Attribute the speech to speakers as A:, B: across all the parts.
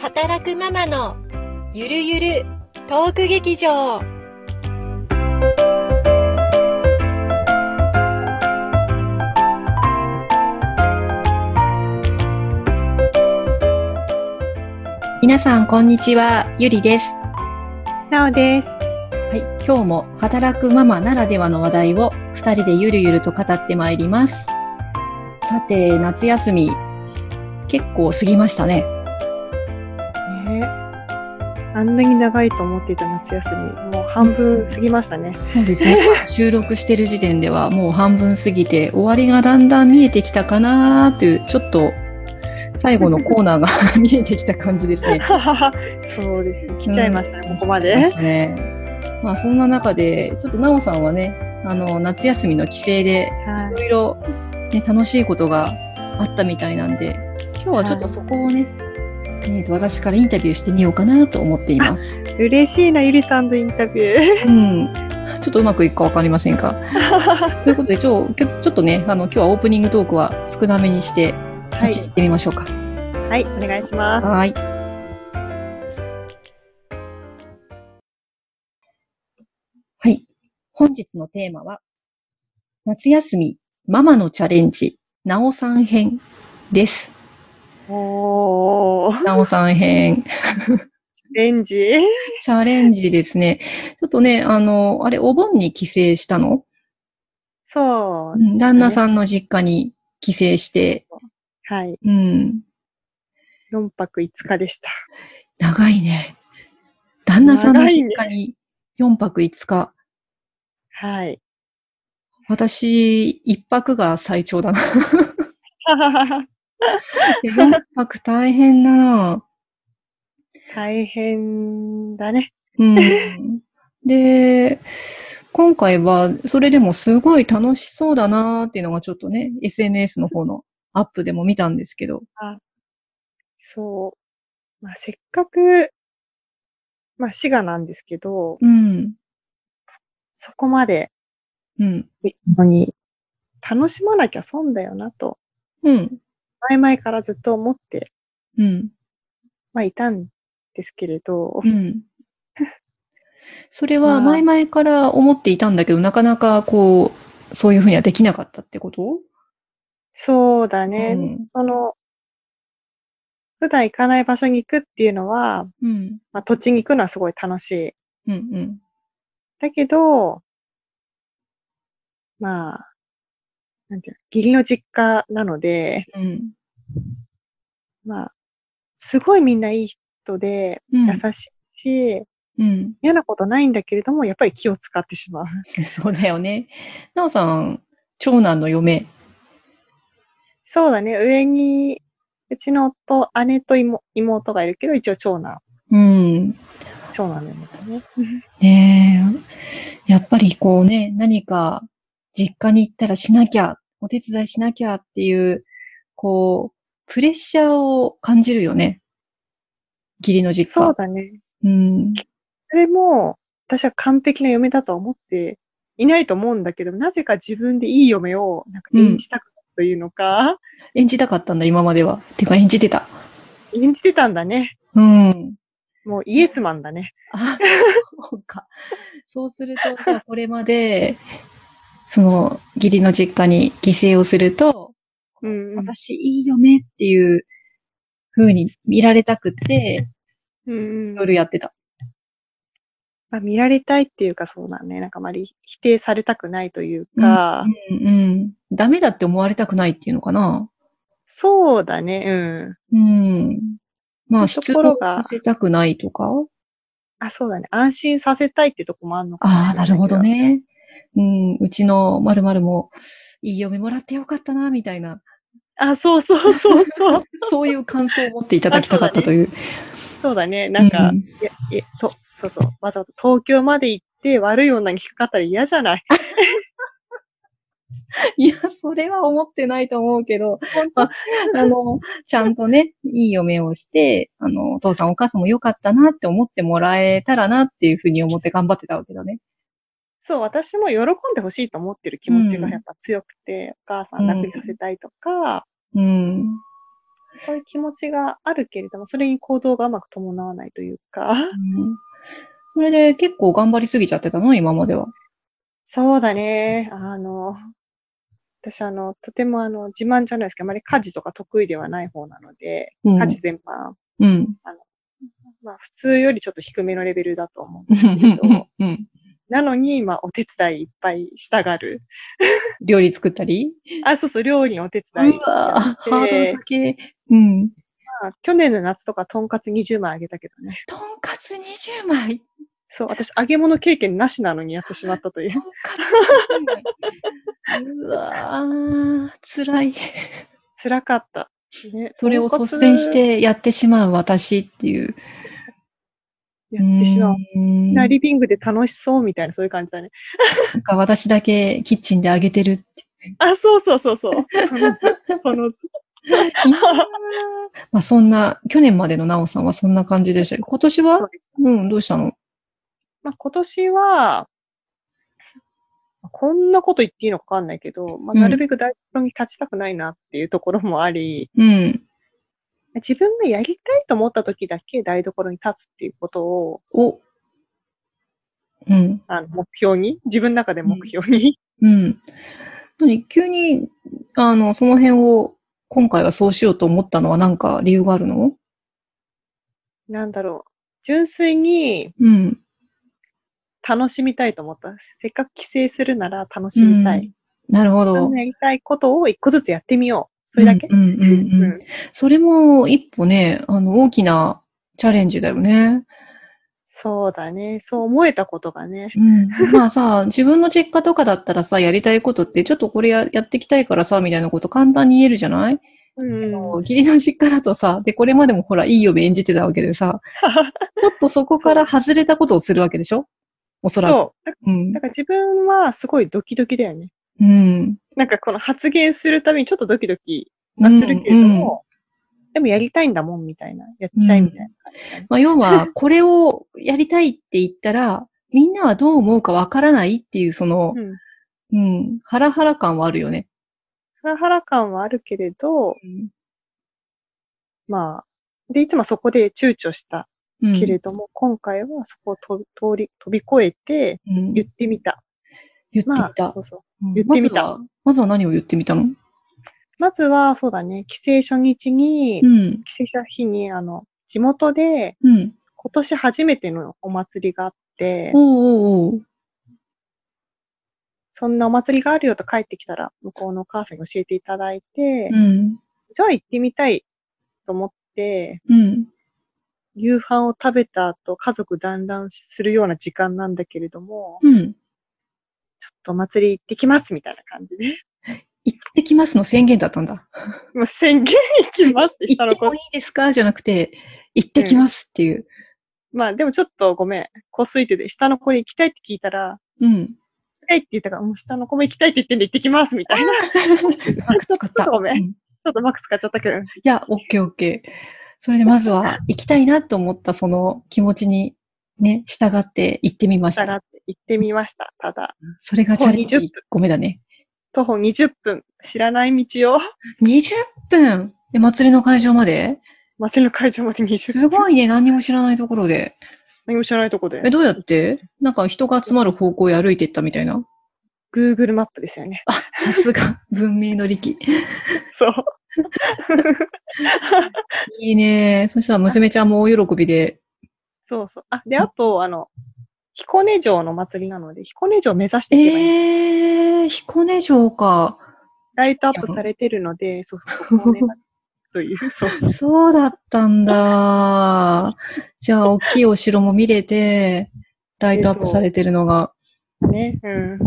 A: 働くママのゆるゆるトーク劇場皆さんこんにちはゆりです
B: なおです。
A: はい、今日も働くママならではの話題を2人でゆるゆると語ってまいります。さて、夏休み、結構過ぎましたね。
B: ねえあんなに長いと思っていた夏休み、もう半分過ぎました ね。
A: そうですね。 収録してる時点ではもう半分過ぎて、終わりがだんだん見えてきたかなーっていう、ちょっと最後のコーナーが 見えてきた感じですね。
B: そうですね。来ちゃいましたね、ここま
A: 来ちゃい
B: で
A: し。たね。まあそんな中で、ちょっとなおさんはね、あの、夏休みの帰省で
B: はい
A: ろいろ、ね、楽しいことがあったみたいなんで、今日はちょっとそこをね、えーと私からインタビューしてみようかなと思っています。
B: い。嬉しいな、ゆりさんとインタビュー。
A: うん、ちょっとうまくいくかわかりませんが。ということでちょ、きょちょっとね、あの今日はオープニングトークは少なめにして、そっちに行ってみましょうか。
B: はい、お願いします。
A: はい。はい。本日のテーマは、夏休み、ママのチャレンジ、なおさん編です。
B: おー、
A: なおさん編。
B: レンジ。
A: チャレンジですね。ちょっとね、あの、あれ、お盆に帰省したの、
B: そう
A: う。ん旦那さんの実家に帰省して、
B: はい。
A: うん、
B: 4泊5日でした。
A: 長いね。旦那さんの
B: 長い
A: 実
B: ね
A: 家に4泊5日。
B: はい。
A: 私、1泊が最長だな。4泊大変だな。
B: 大変だね。
A: うん。で、今回は、それでもすごい楽しそうだなっていうのがちょっとね、SNS の方のアップでも見たんですけど。
B: そう。まあ、せっかく、まあ、滋賀なんですけど、
A: うん。
B: そこまで
A: うん。
B: のに、楽しまなきゃ損だよなと、
A: うん。
B: 前々からずっと思って、
A: うん。
B: まあ、いたんですけれど
A: う、ん。それ
B: ま
A: は
B: あ
A: 前々から思っていたんだけど、なかなかこう、そういうふうにはできなかったってこと
B: そうだね、
A: うん
B: その、普段行かない場所に行くっていうのは、
A: うん。
B: まあ、土地に行くのはすごい楽しい。
A: うんうん。
B: だけど、まあ、なんていうの、義理の実家なので、
A: うん。
B: まあ、すごいみんないい人で、
A: うん
B: 優しいし、
A: うん。
B: 嫌なことないんだけれども、やっぱり気を使ってしまう。
A: そうだよね。なおさん、長男の嫁。
B: そうだね。上に、うちの夫、姉と妹妹がいるけど、一応長男。
A: うん。
B: 長男なんだね。
A: ねえ。やっぱりこうね、何か実家に行ったらしなきゃ、お手伝いしなきゃっていう、こう、プレッシャーを感じるよね。義理の実家。
B: そうだね。
A: うん。
B: それも、私は完璧な嫁だとは思っていないと思うんだけど、なぜか自分でいい嫁をなんか演じたくないというのか、
A: 演じたかったんだ、今までは。てか演じてた。
B: 演じてたんだね。
A: うん。
B: もうイエスマンだね。
A: あ、そうか。そうすると、じゃあこれまで、その、義理の実家に帰省をすると、
B: うんうん
A: 私いいよねっていう風に見られたくて、
B: うんうん
A: いろいろやってた。
B: まあ、見られたいっていうかそうだね。なんかあまり否定されたくないというか、
A: うんうん。ダメだって思われたくないっていうのかな。
B: そうだね。うん。
A: うん。まあ、
B: と
A: 失
B: ころ
A: 望
B: が
A: させたくないとか。
B: あ、そうだね。安心させたいってとこもあるのかもしれ
A: あ
B: な
A: あ、
B: い。
A: なるほど。ね。うん、うちの〇〇も、いい嫁もらってよかったな、みたい な、
B: あ、そうそうそうそう。
A: そういう感想を持っていただきたかったという。
B: そうだね。なんか、
A: う
B: いやいやそう、そうそう。わざわざ東京まで行って悪い女に引っかかったら嫌じ ゃない。
A: いや、それは思ってないと思うけ ど、
B: 本
A: ああの、ちゃんとね、いい嫁をして、あの、お父さんお母さんも良かったなって思ってもらえたらなっていうふうに思って頑張ってたわけだね。
B: そう、私も喜んでほしいと思ってる気持ちがやっぱ強くて、お母さん楽にさせたいとか、
A: うん。
B: そういう気持ちがあるけれども、それに行動がうまく伴わないというか。
A: うんそれで結構頑張りすぎちゃってたの今までは。
B: そうだね。あの、私あの、とてもあの、自慢じゃないですけど、あまり家事とか得意ではない方なので、
A: うん
B: 家事全般、
A: うん。
B: まあ普通よりちょっと低めのレベルだと思う
A: うん
B: ですけれ
A: んう
B: ど
A: ん、うん。
B: なのに、まあお手伝いいっぱいしたがる。
A: 料理作ったり
B: あ、そうそう、料理のお手
A: う
B: 伝いや
A: わ
B: っ
A: ハードル
B: て。
A: 高え。うん。
B: まあ去年の夏とかとんかつ20枚あげたけどね。
A: とんかつ20枚。
B: そう、私揚げ物経験なしなのにやってしまったとい
A: と。
B: うん
A: かつ20枚。うわー、辛い。
B: 辛かった。ね
A: それを率先し。てやってしまう私っていう。
B: とんかつやってしまう。
A: うん
B: なリビングで楽しそうみたいな、そういう感じだね。
A: なんか私だけキッチンで揚げてるって。
B: あ、そうそうそうそう。その 図、その図。
A: いやーまあそんな、去年までのなおさんはそんな感じでしたけど、今年
B: そ
A: は
B: うでした
A: うん、どうしたの
B: まあ、今年は、こんなこと言っていいのかわかんないけど、まあ、
A: うん
B: なるべく台所に立ちたくないなっていうところもあり、
A: うん。
B: 自分がやりたいと思った時だけ台所に立つっていうことを、
A: お。うん。
B: あの、目標に、自分の中で目標に、
A: うん。何急に、あの、その辺を、今回はそうしようと思ったのはなんか理由があるの
B: なんだろう、純粋に
A: うん。
B: 楽しみたいと思った。せっかく帰省するなら楽しみたい。
A: なるほ
B: 自
A: ど
B: 分の。やりたいことを一個ずつやってみよう。それだけ、
A: うんうんうん、うん
B: うん
A: それも一歩ね、あの、大きなチャレンジだよね。
B: そうだね。そう思えたことがね。
A: うん。 まあさ、自分の実家とかだったらさ、やりたいことって、ちょっとこれややっていきたいからさ、みたいなこと簡単に言えるじゃない
B: うん。
A: 義理の実家だとさ、で、これまでもほら、いい嫁演じてたわけでさ、ちょっとそこから外れたことをするわけでしょおそらく。
B: そう。
A: うん
B: だ。から自分はすごいドキドキだよね。
A: うん。
B: なんかこの発言するたびにちょっとドキドキはするけれど
A: うんうん
B: も、でもやりたいんだもんみたいな、やっちゃいみたいな感じだね、
A: まあ、要は、これをやりたいって言ったら、みんなはどう思うかわからないっていう、その、
B: うん。
A: うん、ハラハラ感はあるよね。
B: ハラハラ感はあるけれど、まあ、で、いつもそこで躊躇した
A: うん。
B: けれども、今回はそこをと通り、飛び越えて
A: うん、
B: 言
A: 言
B: っ
A: って
B: みた。
A: てみ
B: まあ
A: た。、
B: そうそう。
A: うん
B: 言ってみた
A: まずは、まずは何を言ってみたの
B: まずは、そうだね、帰省初日に、
A: うん。
B: 帰省した日に、あの、地元で
A: うん。
B: 今年初めてのお祭りがあって、
A: おうおうおう。
B: そんなお祭りがあるよと帰ってきたら、向こうのお母さんに教えていただいて、
A: うん。
B: じゃあ行ってみたいと思って、
A: うん。
B: 夕飯を食べた後、家族団らんするような時間なんだけれども、
A: うん。
B: ちょっとお祭り行ってきますみたいな感じで。
A: 行ってきますの宣言だったんだ。
B: もう宣言行きますってした
A: 行っ
B: の
A: ても
B: こ
A: いいですかじゃなくて、行ってきますっていう。
B: まあでもちょっとごめん。こすいてて、下の子に行きたいって聞いたら、
A: うん。
B: 行きたいって言ったから、もう下の子も行きたいって言ってんで行ってきますみたい な。ち
A: うまく使った。
B: ちょっとごめん
A: うい
B: ょっとマックス買っちゃったけど。
A: や、オッケーオッケー。それでまずは、行きたいなと思ったその気持ちに、ね、従って行ってみまし
B: した
A: た。
B: らって行ってみました。ただ、
A: それがチャレンジ
B: もう20
A: 1個目だね。
B: 徒歩20分、知らない道を、
A: 20分で、祭りの会場まで
B: 祭りの会場まで20分。
A: すごいね、何にも知らないところで。
B: 何も知らないとこで
A: え、。どうやってなんか人が集まる方向へ歩いていったみたいな。
B: Google マップですよね。
A: さす が、文明の力。
B: そう。
A: いいね。そしたら娘ちゃんも大喜びで。
B: そうそう。あ、で、あと、あの、彦根城の祭りなので、彦根城を目指していけばいい。
A: えー、彦根城か。
B: ライトアップされてるので、そう、そこをねと いう、そうそう。
A: そうだったんだ。じゃあ、大きいお城も見れて、ライトアップされてるのが。
B: ね。うん。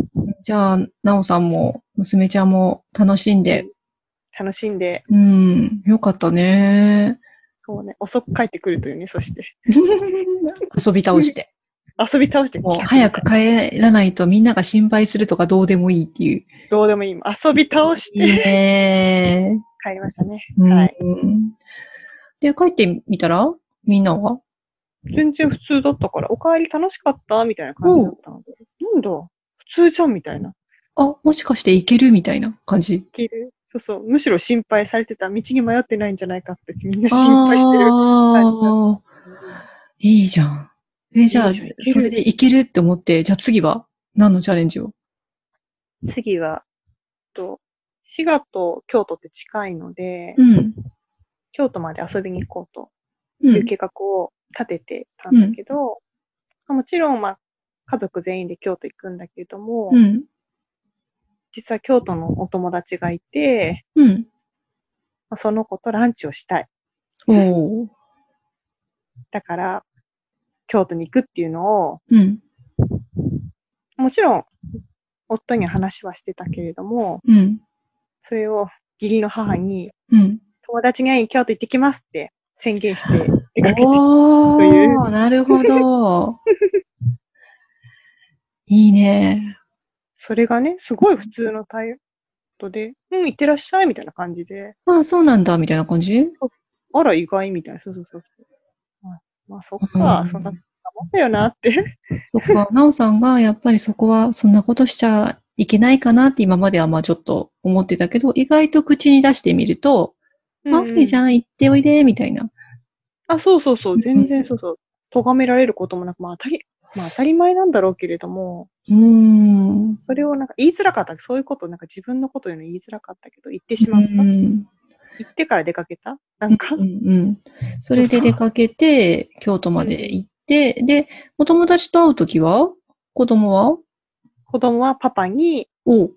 A: じゃあ、なおさんも、娘ちゃんも楽しんで。
B: 楽しんで、
A: うん、よかった ね。
B: そうね、遅く帰ってくるというね、そして。
A: 遊び倒して。
B: 遊び倒して、
A: もう早く。帰らないとみんなが心配するとかどうでもいいっていう。
B: どうでもいい。遊び倒し
A: いい
B: て
A: ね。
B: 帰りましたね。
A: うん
B: はい。
A: で、帰ってみたらみんなは
B: 全然普通だったから、お帰り楽しかったみたいな感じだったので、なんだ、普通じゃんみたいな。
A: あ、もしかしていけるみたいな感じ。
B: いけるそうそう、むしろ心配されてた、道に迷ってないんじゃないかってみんな心配してる感じだ
A: ああ、いいじゃん。え、じゃあ、
B: いいじゃんいける
A: それでいけるって思って、じゃあ次は何のチャレンジを
B: 次は、と、滋賀と京都って近いので、
A: うん。
B: 京都まで遊びに行こう
A: う。
B: というん計画を立ててたんだけど、もちろん、まあ、家族全員で京都行くんだけども、
A: うん。
B: 実は京都のお友達がいて、
A: うん。
B: まあその子とランチをしたい。
A: おー。
B: だから、京都に行くっていうのを、
A: うん。
B: もちろん、夫には話はしてたけれども、
A: うん。
B: それを義理の母に、
A: うん。
B: 友達に会いに京都行ってきますって宣言して出かけて
A: お
B: という
A: ー、なるほど。 いいね。
B: それがね、すごい普通の態度で、うん、行ってらっしゃいみたいな感じで、
A: ああ、そうなんだ、みたいな感じ
B: あら、意外みたいな、そうそうそうそう。まあ、まあ、そっか、
A: うん
B: そんなもんだよ なって。
A: そっか、なおさんがやっぱりそこはそんなことしちゃいけないかなって今まではまあちょっと思ってたけど、意外と口に出してみると、
B: うん
A: あ、いいじゃん、行っておいで、みたいな。
B: あ、そうそうそう、
A: ん
B: 全然そうそう。咎められることもなく、まあ当たり、まあ当たり前なんだろうけれども、
A: うーん。う
B: それをなんか言いづらかった。そういうこと、なんか自分のこと言うの言いづらかったけど、言ってしまった。
A: ん。うん
B: 言ってから出かけたなんか、
A: うんうん。それで出かけて、京都まで行って、で、お友達と会うときは子供は
B: 子供はパパに
A: おう。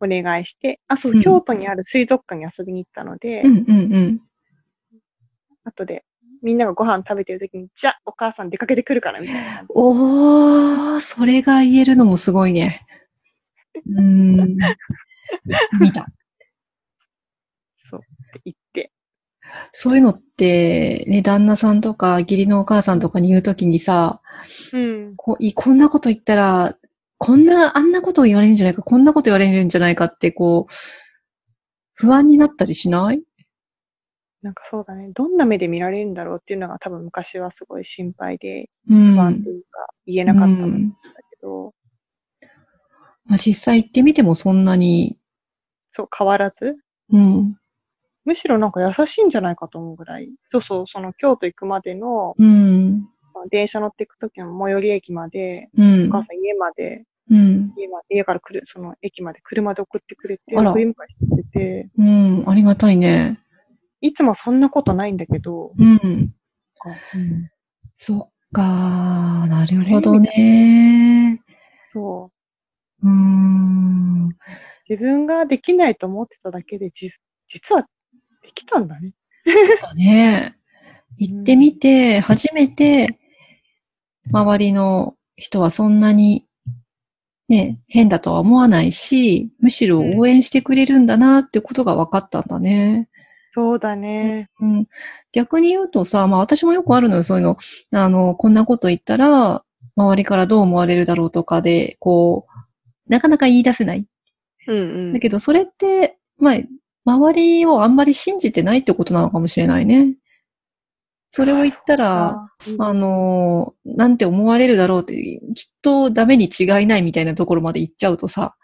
B: お願いして、あ、そうう、
A: ん
B: 京都にある水族館に遊びに行ったので、
A: うんうんうん。
B: 後で、みんながご飯食べてる時に、じゃあ、お母さん出かけてくるから、みたいな 感じ。
A: おー、それが言えるのもすごいね。うーん。見た。
B: そう、って言って。
A: そういうのって、ね、旦那さんとか、義理のお母さんとかに言うときにさ、
B: うん。
A: こいこんなこと言ったら、こんな、あんなことを言われるんじゃないか、こんなこと言われるんじゃないかって、こう、不安になったりしない
B: なんかそうだね。どんな目で見られるんだろうっていうのが多分昔はすごい心配で、
A: うん。
B: 不安というか、言えなかった
A: うん
B: だ
A: ん
B: けど、
A: まあ、実際行ってみてもそんなに、
B: そう、変わらず。
A: うん。
B: むしろなんか優しいんじゃないかと思うぐらい。そうそう、その京都行くまでの、
A: うん。そ
B: その電車乗っていく時の最寄り駅まで、
A: うん
B: お母さん家まで、
A: うん。
B: 家まで、家から来る、その駅まで車で送ってくれて、
A: あら
B: 送り迎えしてくれて、
A: うん。ありがたいね。
B: いつもそんなことないんだけど、
A: うん。
B: なんかうん
A: そっかー、なるほどね
B: そう。
A: ー。うーん。
B: 自分ができないと思ってただけで、じ実はできたんだね。
A: そうだね。行ってみて、初めて、周りの人はそんなに、ね、変だとは思わないし、むしろ応援してくれるんだなってことが分かったんだね。
B: そうだね。
A: うん、逆に言うとさ、まあ私もよくあるのよ、そういうの。あの、こんなこと言ったら、周りからどう思われるだろうとかで、こう、なかなか言い出せない。
B: うんう
A: だ
B: ん。
A: けど、それって、まあ、周りをあんまり信じてないってことなのかもしれないね。それを言ったら、
B: あうん
A: あのー、なんて思われるだろうって、きっとダメに違いないみたいなところまで行っちゃうとさ。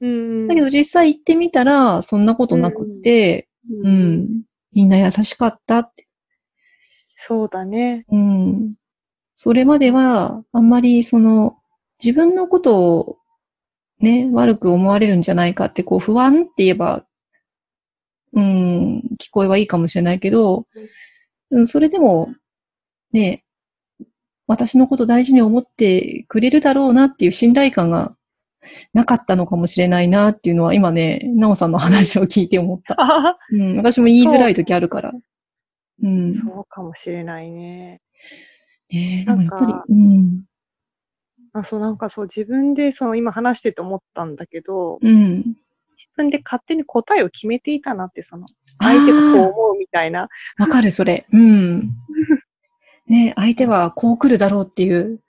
B: うん
A: だけど実際行ってみたら、そんなことなくって、
B: うん
A: うん、みんな優しかったって。
B: そうだね。
A: うん。それまでは、あんまりその、自分のことをね、悪く思われるんじゃないかって、こう、不安って言えば、うん、聞こえはいいかもしれないけど、うん、それでも、ね、私のこと大事に思ってくれるだろうなっていう信頼感がなかったのかもしれないなっていうのは、今ね、なおさんの話を聞いて思った。
B: ああ、
A: うん、私も言いづらい時あるから。うん。
B: そうかもしれないね。
A: ねえ、で
B: な
A: も
B: ん
A: や
B: か
A: っぱり、うん。
B: あそう、なんかそう、自分で、その今話してて思ったんだけど、
A: うん。
B: 自分で勝手に答えを決めていたなって、その、相手がこう思うみたいな。
A: あーわかる、それ。うん。ねえ相手はこう来るだろうっていう、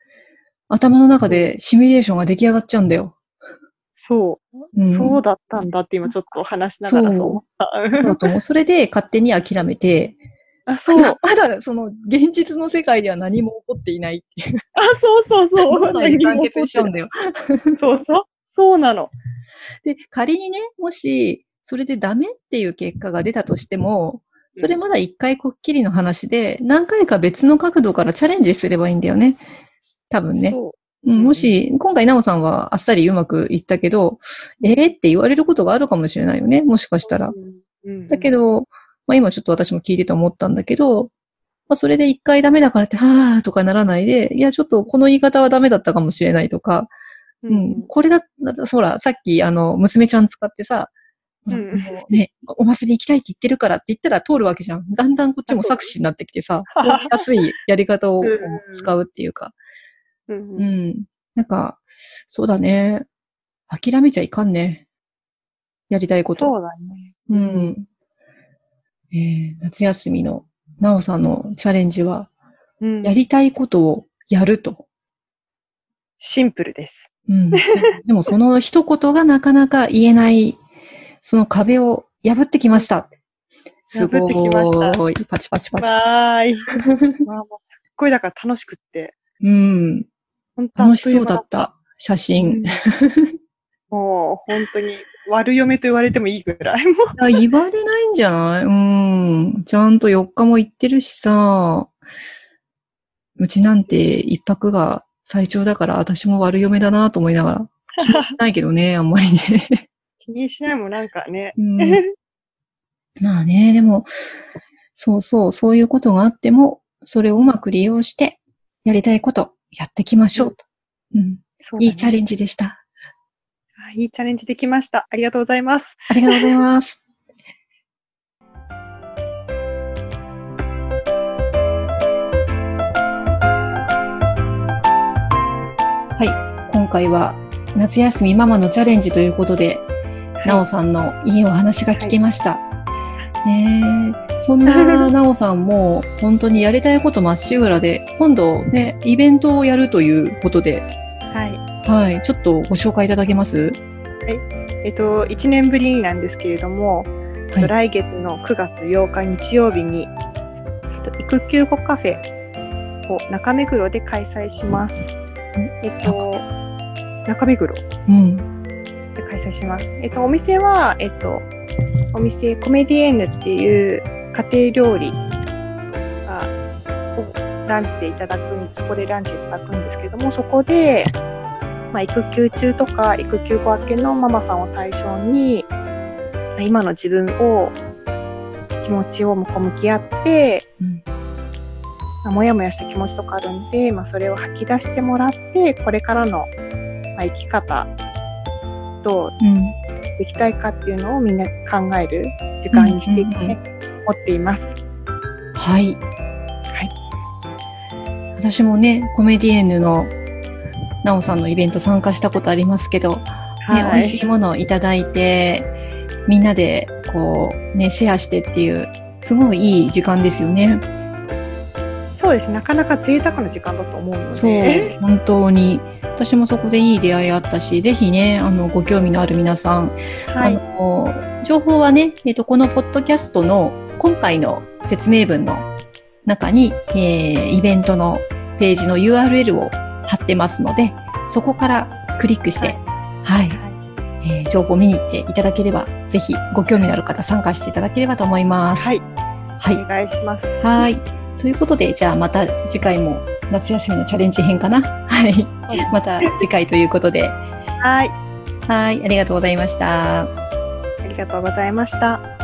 A: 頭の中でシミュレーションが出来上がっちゃうんだよ。
B: そう、
A: うん
B: そうだったんだって今ちょっと話しながらそう思った。
A: そうだと思う。それで勝手に諦めて、
B: あ、そう。 あ、
A: まだその現実の世界では何も起こっていないっていう。
B: そうそうそう。
A: 頭の中で完結しちゃうんだ
B: だ
A: よ。
B: そうそう。そうなの。
A: で、仮にね、もし、それでダメっていう結果が出たとしても、それまだ一回こっきりの話で、何回か別の角度からチャレンジすればいいんだよね。多分ね。
B: そううん
A: ん、もし、今回、なおさんはあっさりうまくいったけど、えー、って言われることがあるかもしれないよね。もしかしたら。
B: うん。
A: だけ
B: ど、
A: ど、まあ今ちょっと私も聞いてて思ったんだけど、まあそれで一回ダメだからって、はーとかならないで、いや、ちょっとこの言い方はダメだったかもしれないとか、
B: う
A: うん、
B: ん。
A: これだ、だってほら、さっき、あの、娘ちゃん使ってさ、
B: うん
A: あのね、お祭り行きたいって言ってるからって言ったら通るわけじゃん。だんだんこっちも
B: あそう
A: 作詞になってきてさ、通りやすいやり方をこう使うっていうか。
B: う。
A: うんん。なんか、そうだね。諦めちゃいかんね。やりたいこと。
B: そうだね。
A: うん。えー夏休みの、なおさんのチャレンジは、
B: うん
A: やりたいことをやると。
B: シンプルです。
A: うん。でもその一言がなかなか言えない、その壁を破ってきました。すご
B: 破ってきました
A: い。パチパチパチ。
B: わ ーい。まあ、もうすっごいだから楽しくって。
A: うん。
B: 本当
A: 楽しそうだっ
B: あ
A: た。写
B: という
A: 真。
B: 間だった。うんもう、本当に、悪嫁と言われてもいいぐら い。もう
A: いや言われないんじゃないうん。ちゃんと4日も行ってるしさ。うちなんて一泊が最長だから、私も悪嫁だなと思いながら。気にしないけどね、あんまりね。
B: 気にしないもんなんかね。
A: うん、まあね、でも、そうそう、そういうことがあっても、それをうまく利用して、やりたいこと、やっていきましょうと。うん。
B: そうだね
A: いいチャレンジでした。
B: あいいチャレンジできました。ありがとうございます。
A: ありがとうございます。はい、今回は夏休みママのチャレンジということで、なおさんのいいお話が聞けました。ねえそんななおさんも本当にやりたいことまっしぐらで、今度ね、イベントをやるということで、
B: はい。
A: はい、ちょっとご紹介いただけます
B: えっと、1年ぶりなんですけれども、
A: はい
B: 来月の9月8日日曜日に、えっと、育休後カフェを中目黒で開催します。えっと、中目黒
A: うん。
B: で開催します。えっと、お店は、えっと、お店コメディエーヌっていう家庭料理がをランチでいただくんそこでランチいただくんですけども、そこで、まあ、育休中とか育休後明けのママさんを対象に、まあ今の自分を、気持ちをこう向き合って、
A: うん
B: まあもやもやした気持ちとかあるんで、まあ、それを吐き出してもらって、これからの、まあ、生き方と
A: うん
B: できたいかっていうのをみんな考える時間にしていきたいと思っています。
A: はい。
B: はい。
A: 私もね、コメディエンヌのなおさんのイベント参加したことありますけど、ね、美味しいものをいただいて、みんなでこう、ね、シェアしてっていう、すごいいい時間ですよね。
B: そうですね。なかなか贅沢な時間だと思うの
A: そう
B: で、、
A: 本当に。私もそこでいい出会いあったし、ぜひね、あの、ご興味のある皆さん、
B: は
A: あ
B: い、
A: の情報はね、えっとこのポッドキャストの今回の説明文の中に、えーイベントのページの URL を貼ってますのでそこからクリックして、はいえー情報を見に行っていただければぜひご興味のある方参加していただければと思います。
B: はい、
A: はい
B: お願いします。
A: はい。ということで、じゃあまた次回も夏休みのチャレンジ編かな。はい。
B: そうです
A: また次回ということで。
B: はい、
A: はい。ありがとうございました。
B: ありがとうございました。